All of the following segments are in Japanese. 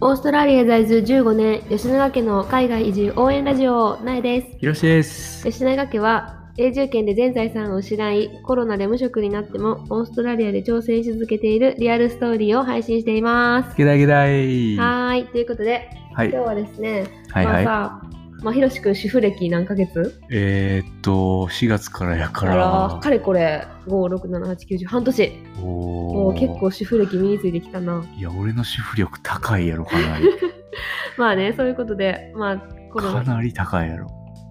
オーストラリア在住15年、吉永家の海外移住応援ラジオ、なえです。ひろしです。吉永家は永住権で全財産を失いコロナで無職になってもオーストラリアで挑戦し続けているリアルストーリーを配信しています。ゲダゲダい。ははーいということでい。今日はですね、はいはい。まあさまあ、ひろしくん主婦歴何ヶ月えー、っと、4月からやかからら。かれこれ5678910半年もおうー結構。主婦歴身についてきたないや、俺の主婦力高いやろ、かなり。 まあねそういうことでまあこかのなり高いやろ。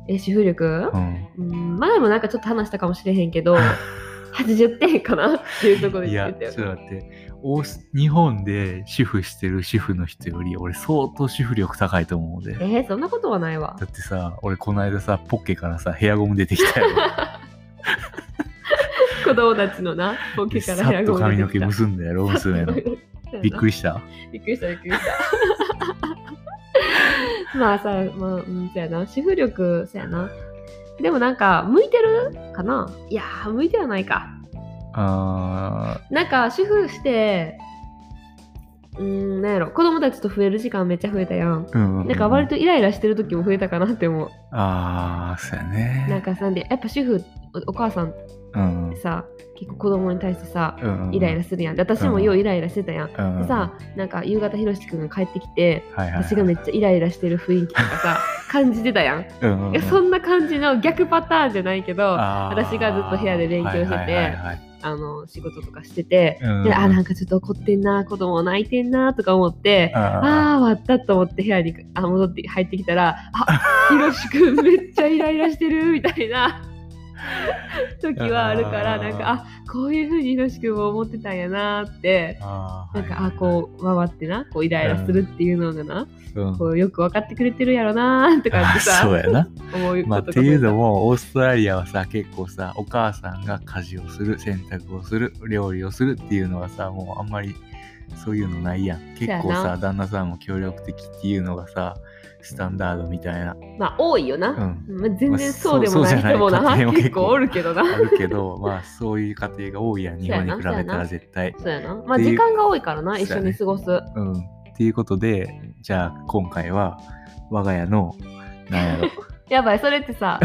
え主婦力う、ん。うん、前もなんかちょっと話したかもしれへんけ ど80点かなっていうところでい言や、ってちょったとよ待って。オース日本で主婦してる主婦の人より、俺相当主婦力高いと思うえで。ー、そんなことはないわだってさ、俺この間さ、ポッケからさ、ヘアゴム出てきた よ。子供たちのな、ボケからさっと髪の毛結んだやろ、娘の。びっくり。りしたびっくりした、びっく りした。まあさ、まあ、うん、そうやな、主婦力、そうやな。でもなんか、向いてるかないやー、向いてはないか。あなんか、主婦して、うーん、なんやろ、子供たちと増える時間めっちゃ増えたやん。ー、うん。なんか、割とイライラしてる時も増えたかなって思う。ああ、そうやね。なんかさ、でやっぱ主婦、おお母さんってうん、さ、結構子供に対してさ、うんイライラするやん。で私もようイライラしてたやん。うんでさ、なんか夕方ひろしくんが帰ってきてはいはいはい、私がめっちゃイライラしてる雰囲気とか さ感じてたやんいうんうんうんやそんな感じの逆パターンじゃないけどああー私がずっと部屋で勉強しててはいはいはいはいの仕事とかしてて、うんであなんかちょっと怒ってんな子供泣いてんなとか思って、ああ終わったと思って部屋にあ戻って入ってきたらあひろしくんめっちゃイライラしてるみたいな時はあるからあーなんかあこういうふうにひろしくんも思ってたんやなーってあーなんかあはいこう回ってなこうイライラするっていうのがな、はいはいこうよく分かってくれてるやろなーとかってあそさうやな、思うことまあ、っがていうのもオーストラリアはさ結構さお母さんが家事をする洗濯をする料理をするっていうのはさもうあんまりそういうのないやん結やな構さ旦那さんも協力的っていうのがさスタンダードみたいな、まあ多いような、ん、まあ、全然そうでもない人もな,、まあそうそうじゃない家結庭も結構構おるけどなあるけどまあそういう家庭が多いやん日本に比べそうやなそうやたなら絶対そうやなまあっていう時間が多いからな一そ緒うやねに過ごす、うん。っていうことで、じゃあ今回は我が家の、なんやろ、やばいそれって さ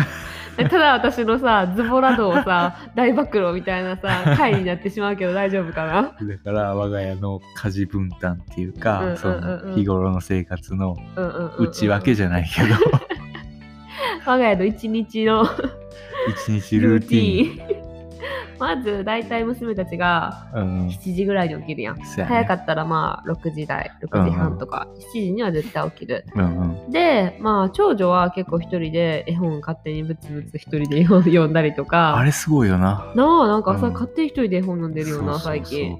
ただ私のさズボラ道をさ大暴露みたいなさ回になってしまうけど大丈夫かなだ から我が家の家事分担っていうか、うんうんうんうんその日頃の生活のうんうんうんうん内訳じゃないけど、我が家の一日の一日ルーティン。ルーティン まず大体娘たちがうん。 7時ぐらいに起きるやん早かったらまあ6時台6時半とか7時には絶対起きる、た。うんうん。でまあ長女は結構一人で絵本勝手にブツブツ一人で絵本読んだりとあかれすごいよな。なあなんか朝うん勝手に一人で絵本読んでるような、そうそうそう最近。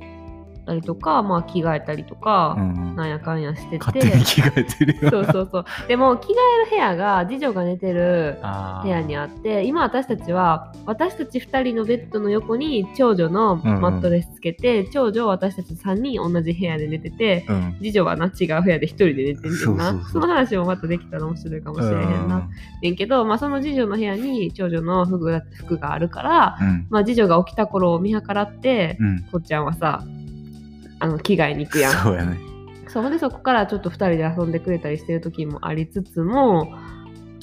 たりとかまあ着替えたりとかう、んう。なんんやかんやしてて勝手に着替えてるよな。そうそうそうでも着替える部屋が次女が寝てるあー部屋にあって今私たちは私たち2人のベッドの横に長女のマットレスつけて、長女私たち3人同じ部屋で寝てて、うん。次女はな違う部屋で一人で寝てんねんなそそうそうそうの話もまたできたら面白いかもしれへんな、ねんけど、まあ、その次女の部屋に長女の服が服があるから、うん。まあ、次女が起きた頃を見計らって、うん。こっちゃんはさあの着替えに行くやんそうやね。そうほんでそこからちょっと2人で遊んでくれたりしてる時もありつつも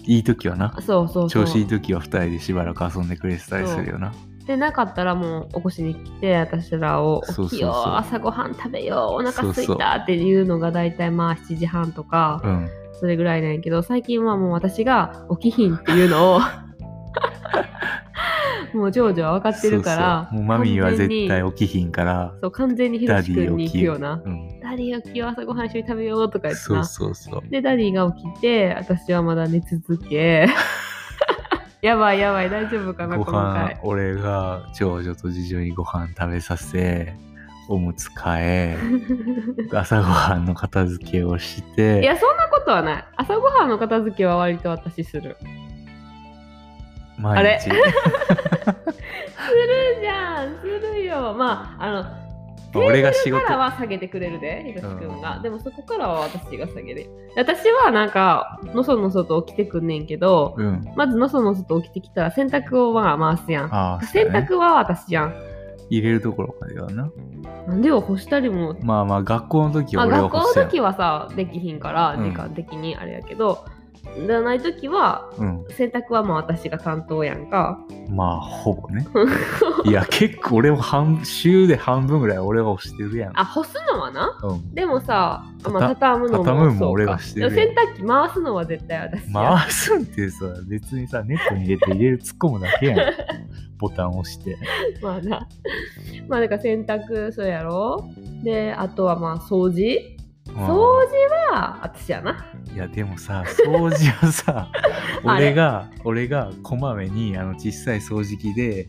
いい時はな。そうそうそ調う子いい時は二人でしばらく遊んでくれてたりするよな。でなかったらもう起こしに来て私らをそうそうそう起きよう朝ごはん食べようお腹すいそうそたっていうのが大体まあ7時半とか。うん。それぐらいなんやけど最近はもう私が起きひんっていうのを もう長女は分かってるからそうそうもうマミーは完全に絶対起きひんから、そう完全にひろしくんに行くようなうん、 「ダディ起きよう朝ごはん一緒に食べよう」とか言ってそなうそうそうでダディが起きて私はまだ寝続け やばいやばい大丈夫かなごこの飯回俺が長女と次女にご飯食べさせおむつ替え 朝ごはんの片付けをしいてやそんなことはない朝ごはんの片付けは割と私する毎日するじゃんするよまああの俺が仕 そこ事からは下げてくれるで、ひろしくんが。うんでもそこからは私が下げる。私はなんか、のそのそと起きてくんねんけど、うんまずのそのそと起きてきたら洗濯をまあ回すやん。ああ、そう洗やね、濯は私やん。入れるところまではなうなんでよ干したりもまあまあ学校の時まはあ、俺は学校干のしたよ、時はさできひんからうん時間的にあれやけど、じゃない時はうん、洗濯はまあ私が担当やんかまあほぼ ねいや結構俺も半週で半分ぐらい俺は干してるやんあ干すのはなうん、でもさ、たまあ、畳むのも畳むのそもうか俺がしてるやん洗濯機回すのは絶対私や回すんってさ別にさネットに入れて入れる突っ込むだけや んボタン押して まあな。 まあだから洗濯そうやろ。で、あとはまあ掃除。うん掃除は私やな。いやでもさ掃除はさ あれ俺が俺がこまめにあの小さい掃除機で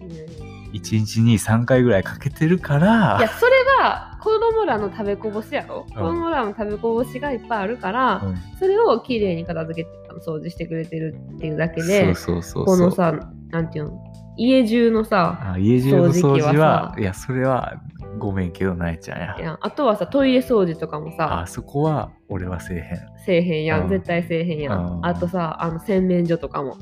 1日に3回ぐらいかけてるかいや、ら、それが子供らの食べこぼしやろ。子供らの食べこぼしがいっぱいあるから、うんそれをきれいに片付けて、あの掃除してくれてるっていうだけそでう、そうそうこそのうさ、なんていうの、家中のさ、あ家中の掃除掃除機ははさいやそれはごめんけどなえちゃんやいやあとはさ、トイレ掃除とかもさ、あそこは俺はせえへんせえへんやうんん。絶対せえへんや。うんんあとさ、あの洗面所とかも。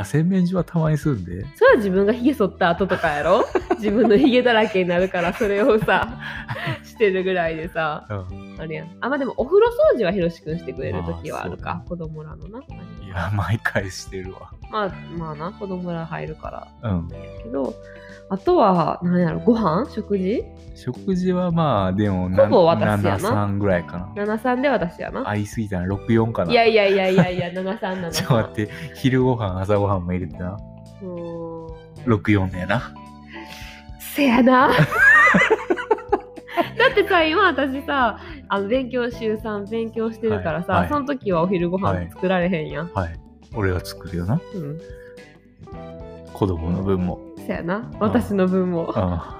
あ洗面所はたまにすんでそれは自分がひげ剃った後とかや ろ自分のひげだらけになるからそれをさしてるぐらいでさうんあれやんあまあでもお風呂掃除はひろしくんしてくれる時はあるまあか、子供らのないや毎回してるわまあまあな子供ら入るからうんやけどあとは何やろご飯食事食事はまあでもほぼ私やな73ぐらいかな73で私やな合いすぎたな64かないやいやいやいや いや73なちょっと待のって昼ご飯朝ご飯も入れてなうーん64だよなせやなだってさ今私さあの勉強週3勉強してるからさ、はいはいその時はお昼ごはい飯作られへんやん、はい俺が作るよなうん子供の分もせやな私の分もあ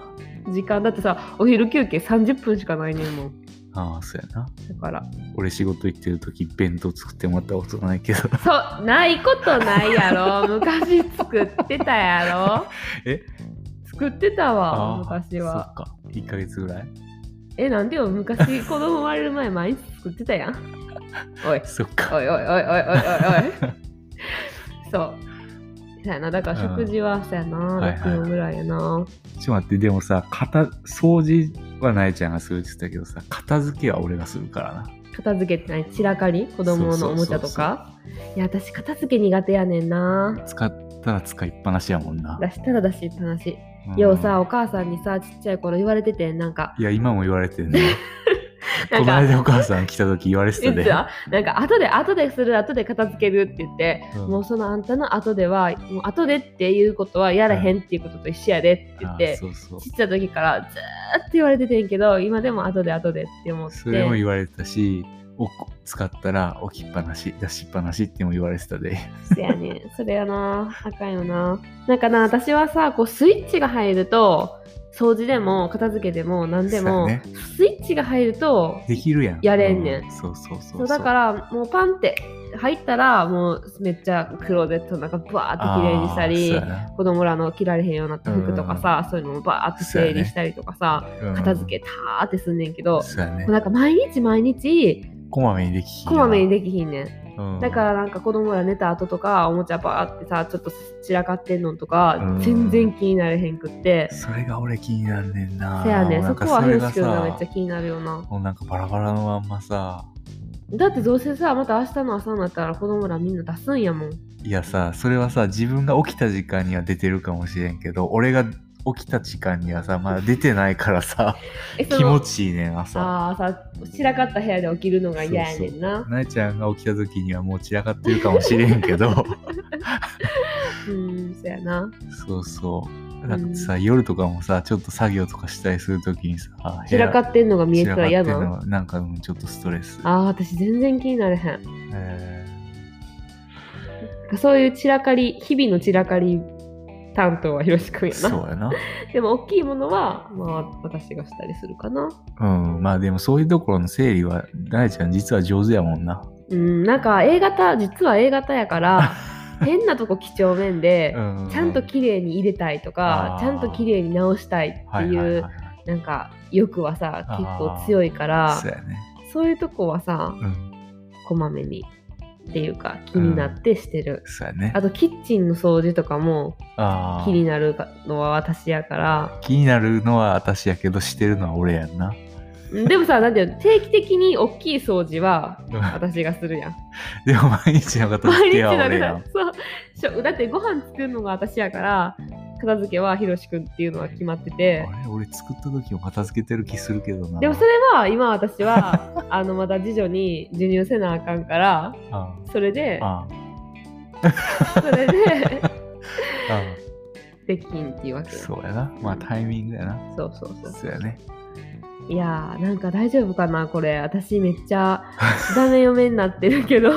時間だってさお昼休憩30分しかないねんもんああそうやなだから俺仕事行ってる時弁当作ってもらったことないけどそうないことないや ろ昔作ってたやろえ作ってたわああ昔はそっか1ヶ月ぐらいえなんでよ昔子供生まれる前毎日作ってたやん おいそっおかいおいおいおいおいおいおいそうそやなだから食事はそやなはいはい6分ぐらいやなちょっと待ってでもさ片掃除はなえちゃんがするって言ってたけどさ片付けは俺がするからな片付けてない散らかり子供のおもちゃとかいや私片付け苦手やねんな使ったら使いっぱなしやもんな出したら出しっぱなしうんようさお母さんにさちっちゃい頃言われててなんかいや今も言われてるねなこんのか間お母さん来た時言われてた言ってでたなんか 後で後でする後で片付けるって言って、うんもうそのあんたの後ではもう後でっていうことはやらへんっていうことと一緒やでって言っああて、そうそうちっちゃい時からずーっと言われててんけど今でも後で後でって思ってそれも言われたし、お使ったら置きっぱなし、出しっぱなしっても言われてたで。せやねんそれやなあかんよななんかな私はさこうスイッチが入ると掃除でも片付けでも何でも、そうやねスイッチが入るとできるやん。やれんねんうそうそうそう、そうだかららもうパンって入ったらもうめっちゃクローゼットなんかバーって綺麗にしたあーりそうやな子供らの着られへんようになった服とかさ、そういうのもバーって整理したりとかさ、うん片付けたーってすんねんけど、もそうやねう。なんか毎日毎日こまめにできひんやこなまめにできひんねんうんだからなんか子供ら寝た後とかおもちゃバーってさちょっと散らかってんのとうかん全然気になれへんくってそれが俺気になんねんな。せやねもうなんそかこはそれひろがしくんがめっちゃさ、気になるよなもうなんかバラバラのまんまさ、だってどうせさまた明日の朝になったら子供らみんな出すんやもんいやさ、それはさ、自分が起きた時間には出てるかもしれんけど、俺が起きた時間にはさ、まだ出てないからさ、え その気持ちいいねん、朝。あーさ散らかった部屋で起きるのが嫌やねんななえちゃんが起きた時にはもう散らかってるかもしれん けどうーんそやなそうそうなんかさ、夜とかもさちょっと作業とかしたりする時にさ散らかっってんのが見えてたら嫌散ならかのってんのなんかうんちょっとストレスあー私全然気になれへんえそういう散らかり日々の散らかり担当はひろしくんーやそなうやなでも大きいものはまあ私がしたりするかなうんまあでもそういうところの整理はなえちゃん実は上手やもんなうん、なんか A 型実は A 型やから 変なとこ几帳面で、うんちゃんと綺麗に入れたいとかあーちゃんと綺麗に直したいっていう、はいはいはいはいなんか欲はさあー結構強いからそうやねそういうとこはさうんこまめにっていうか気になってしてる、そうやねあとキッチンの掃除とかもあ気になるのは私やからあ気になるのは私やけどしてるのは俺や んなでもさなんていうの定期的に大きい掃除は私がするやんでも毎日の片付けはだ俺けやどんそうしょだってご飯作るのが私やから片付けはひろしくんっていうのは決まっててあれ俺作った時も片付けてる気するけどなでもそれは今私は あのまだ次女に授乳せなあかんからあそれでああそれで ああできんっていうわけあよそうそうやなまあタイミングやなそうそうそうやねいやーなんか大丈夫かなこれ私めっちゃダメ嫁になってるけ ど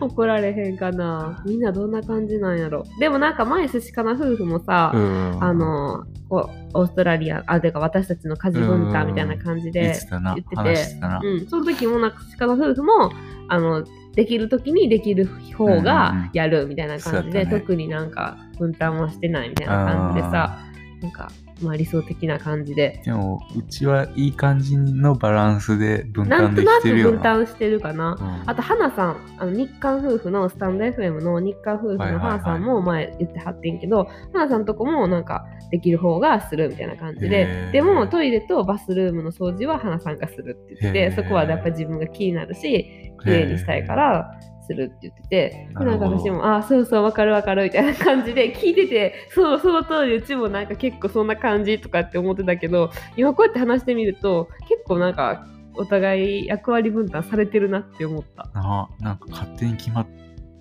怒られへんかなみんなどんな感じなんやろでもなんか前寿司かな夫婦もさ、うんあのこうオーストラリアあてか私たちの家事文化みたいな感じ言っでてたな言ってて話してたな、うん、その時もなんか鹿の夫婦もあのできる時にできる方うんうんうんがやるみたいな感じそうやで、ったね特になんか分担はしてないみたいな感じでさなんか、まあ、理想的な感じででもうちはいい感じのバランスで分なん担とでなくきてるよ分な担してるかな。あと、花さん、あの日韓夫婦のスタンド FM の日韓夫婦のはいはいはい花さんも前言ってはってんけど、花さんとこもなんかできる方がするみたいな感じへでー、でもトイレとバスルームの掃除は花さんがするって言っへてーて、そこはやっぱり自分が気になるし、綺麗にしたいからするって言ってて、へーななるんかほど私も、ああ、そうそう、わかるわかるみたいな感じで聞いてて、 そう、その通り、うちもなんか結構そんな感じとかって思ってたけど、今こうやって話してみると、結構なんか、お互い役割分担されてるなって思った。ななんか勝手に決まって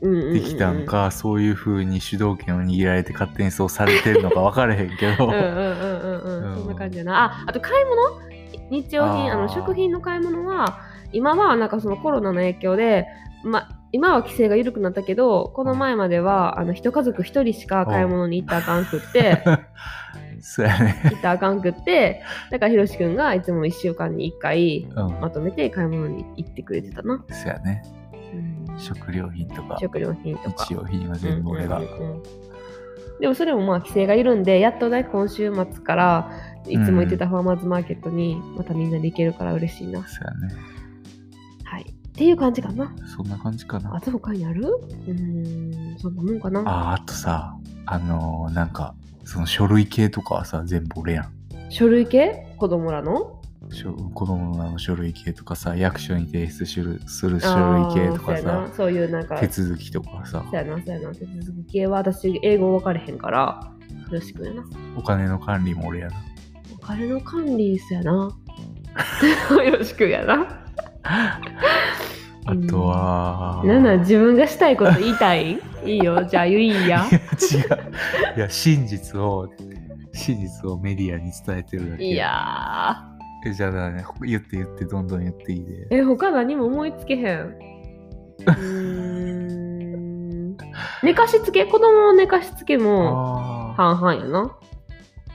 できたん。か、そういう風に主導権を握られて勝手にそうされてるのか分からへんけど、うんうんうんうんうんううんん。そんな感じやな。あ、あと買い物日用品、あーあの食品の買い物は、今はなんかそのコロナの影響で、ま、今は規制が緩くなったけど、この前までは、あの、一家族一人しか買い物に行ったらあかんく って、 そうやね行ったらあかんくって、だからひろしくんがいつも1週間に1回、うんまとめて買い物に行ってくれてたな。そうやねうん食料品とか食料品とか。日用品は全部俺が、うんうんうんでもそれもまあ規制が緩んでやっとね今週末からいつも行ってたファーマーズマーケットにまたみんなで行けるから嬉しいな、そうやねはいっていう感じかなそんな感じかなあと他にあるうーんそんなもんかなああとさあのーなんかその書類系とかはさ全部俺やん書類系子供らの書子供のあの書類系とかさ役所に提出するする書類系とあーそかうやさなそういうなんか手そ続きとかさうやなそうやな手続き系は私英語分かれへんからよろしくやなお金の管理も俺やなお金の管理っすやな よろしくやなあとは、なんなん自分がしたいこと言いたい いいよじゃあいいやいや違ういや真実を真実をメディアに伝えてるだけいやえじゃあだね言って言ってどんどん言っていいでーえ他何も思いつけへんうーん寝かしつけ子供の寝かしつけもあ半あ々やな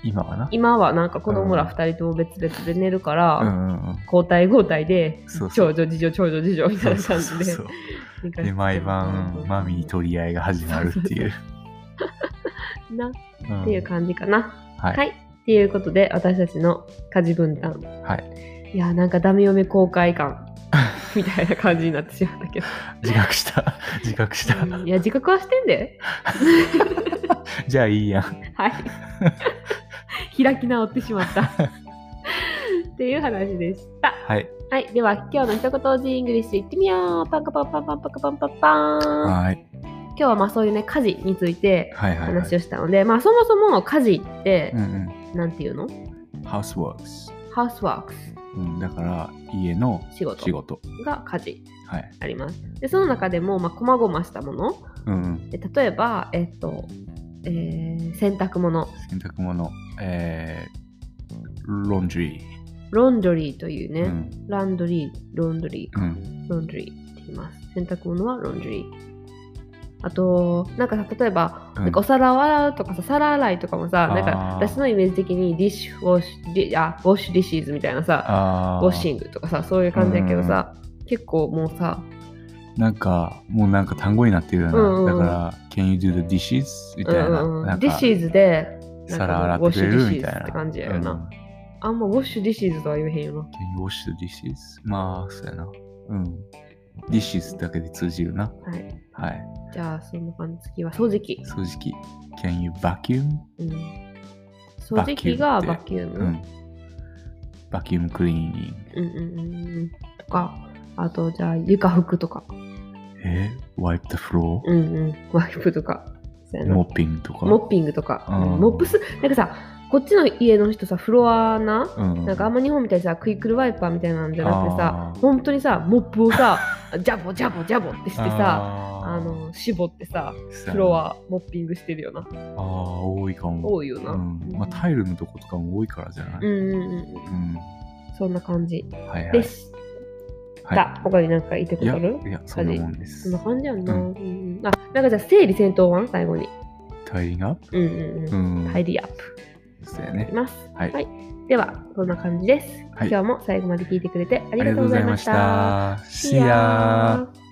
今はな今はなんか子供ら2人とも別々で寝るから、うんうんうん交代交代でそうそう長女次女長女次女みたいな感じでそうそうそ寝うかしつけで毎晩、マミー取り合いが始まるっていう。なっうんていう感じかな、はい、はいっていうことで私たちの家事分担はい。いやーなんかダメ嫁公開 感みたいな感じになってしまったけど自覚した。自覚した。いや自覚はしてんでじゃあいいやん。はい。 開き直ってしま った。っていう話でした。はい。はい。では、今日の一言おじイングリッシュいってみよう。パンカパンパンパンパンパンパンパン今はい。日はまあそういうね、家事についてはいはい、はい話。をしたので、まあそもそも家事ってう、んなんていうのうん。ハウスワークス。ハウスワークス、うん、だから家の仕事仕事。が家事はい。あります。で、その中でも、まあ、こまごましたもの。うん、うん。で例えば、えっと、えー洗濯物、洗濯物、えー、ロンジュリー。ロンドリーというね、うん。ランドリー、ロンドリーうか。ん。ロンドリーって言います。洗濯物はロンドリー。あと、なんかさ例えば、うんなんかお皿を洗うとかさ、皿洗いとかもさ、なんかあー私のイメージ的にディッシュ、ウォッシュ、ディあウォッシュディシーズみたいなさ、あウあ。ォッシングとかさ、そういう感じやけどさ、結構もうさ、なんか、もうなんか単語になってるよな。うんうんだから、Can you do the dishes? みうたいな。んうんなうんん、かディシーズで、なんか皿洗ってくれるみたいウォッシュディシーズな。って感じやようんな。あんまウォッシュディシーズとは言えへんよな。 Can you wash the dishes? まあ、そうやな。うん。 dishes だけで通じるな。はい。はい。じゃあ、そんな感じ。次は掃除機。掃除機。Can you vacuum? うん。掃除機がババキューム。うん。vacuum cleaning。うんうんうんうん。とか、あと、じゃあ、床拭くとか。え ?wipe the floor? うんうん。ワイプとか。そうやなモッピングとか。モッピングとか。うんうんモップス、なんかさ、こっちの家の人さ、フロアな、うん。なんかあんま日本みたいにさ、クイックルワイパーみたいなんじゃなくてさ、あー本当にさ、モップを さ、ジャボジャボジャボってしてさ、あーあ、の、絞ってさ、そうやなフロ。アモッピングしてるよな。ああ、多いかも。多いよな。ううんん。まあ、タイルのとことかも多いからじゃなういんうんうん。うん。そんな感じはいはでい。した。は他に何か言ってい。くいれや、るいや、そんなもんでそすんな。感じやんな。ううんんうんあ、なんかじゃあ整理戦闘は最後に。タイリングアッうプんうんううん。ん。タイリーアップそうやいねき。ます。はいはいでは、こんな感じです。はい今日も最後まで聞いてくれてあありりがとがとうごうござざいいままし。したた。See ya. See ya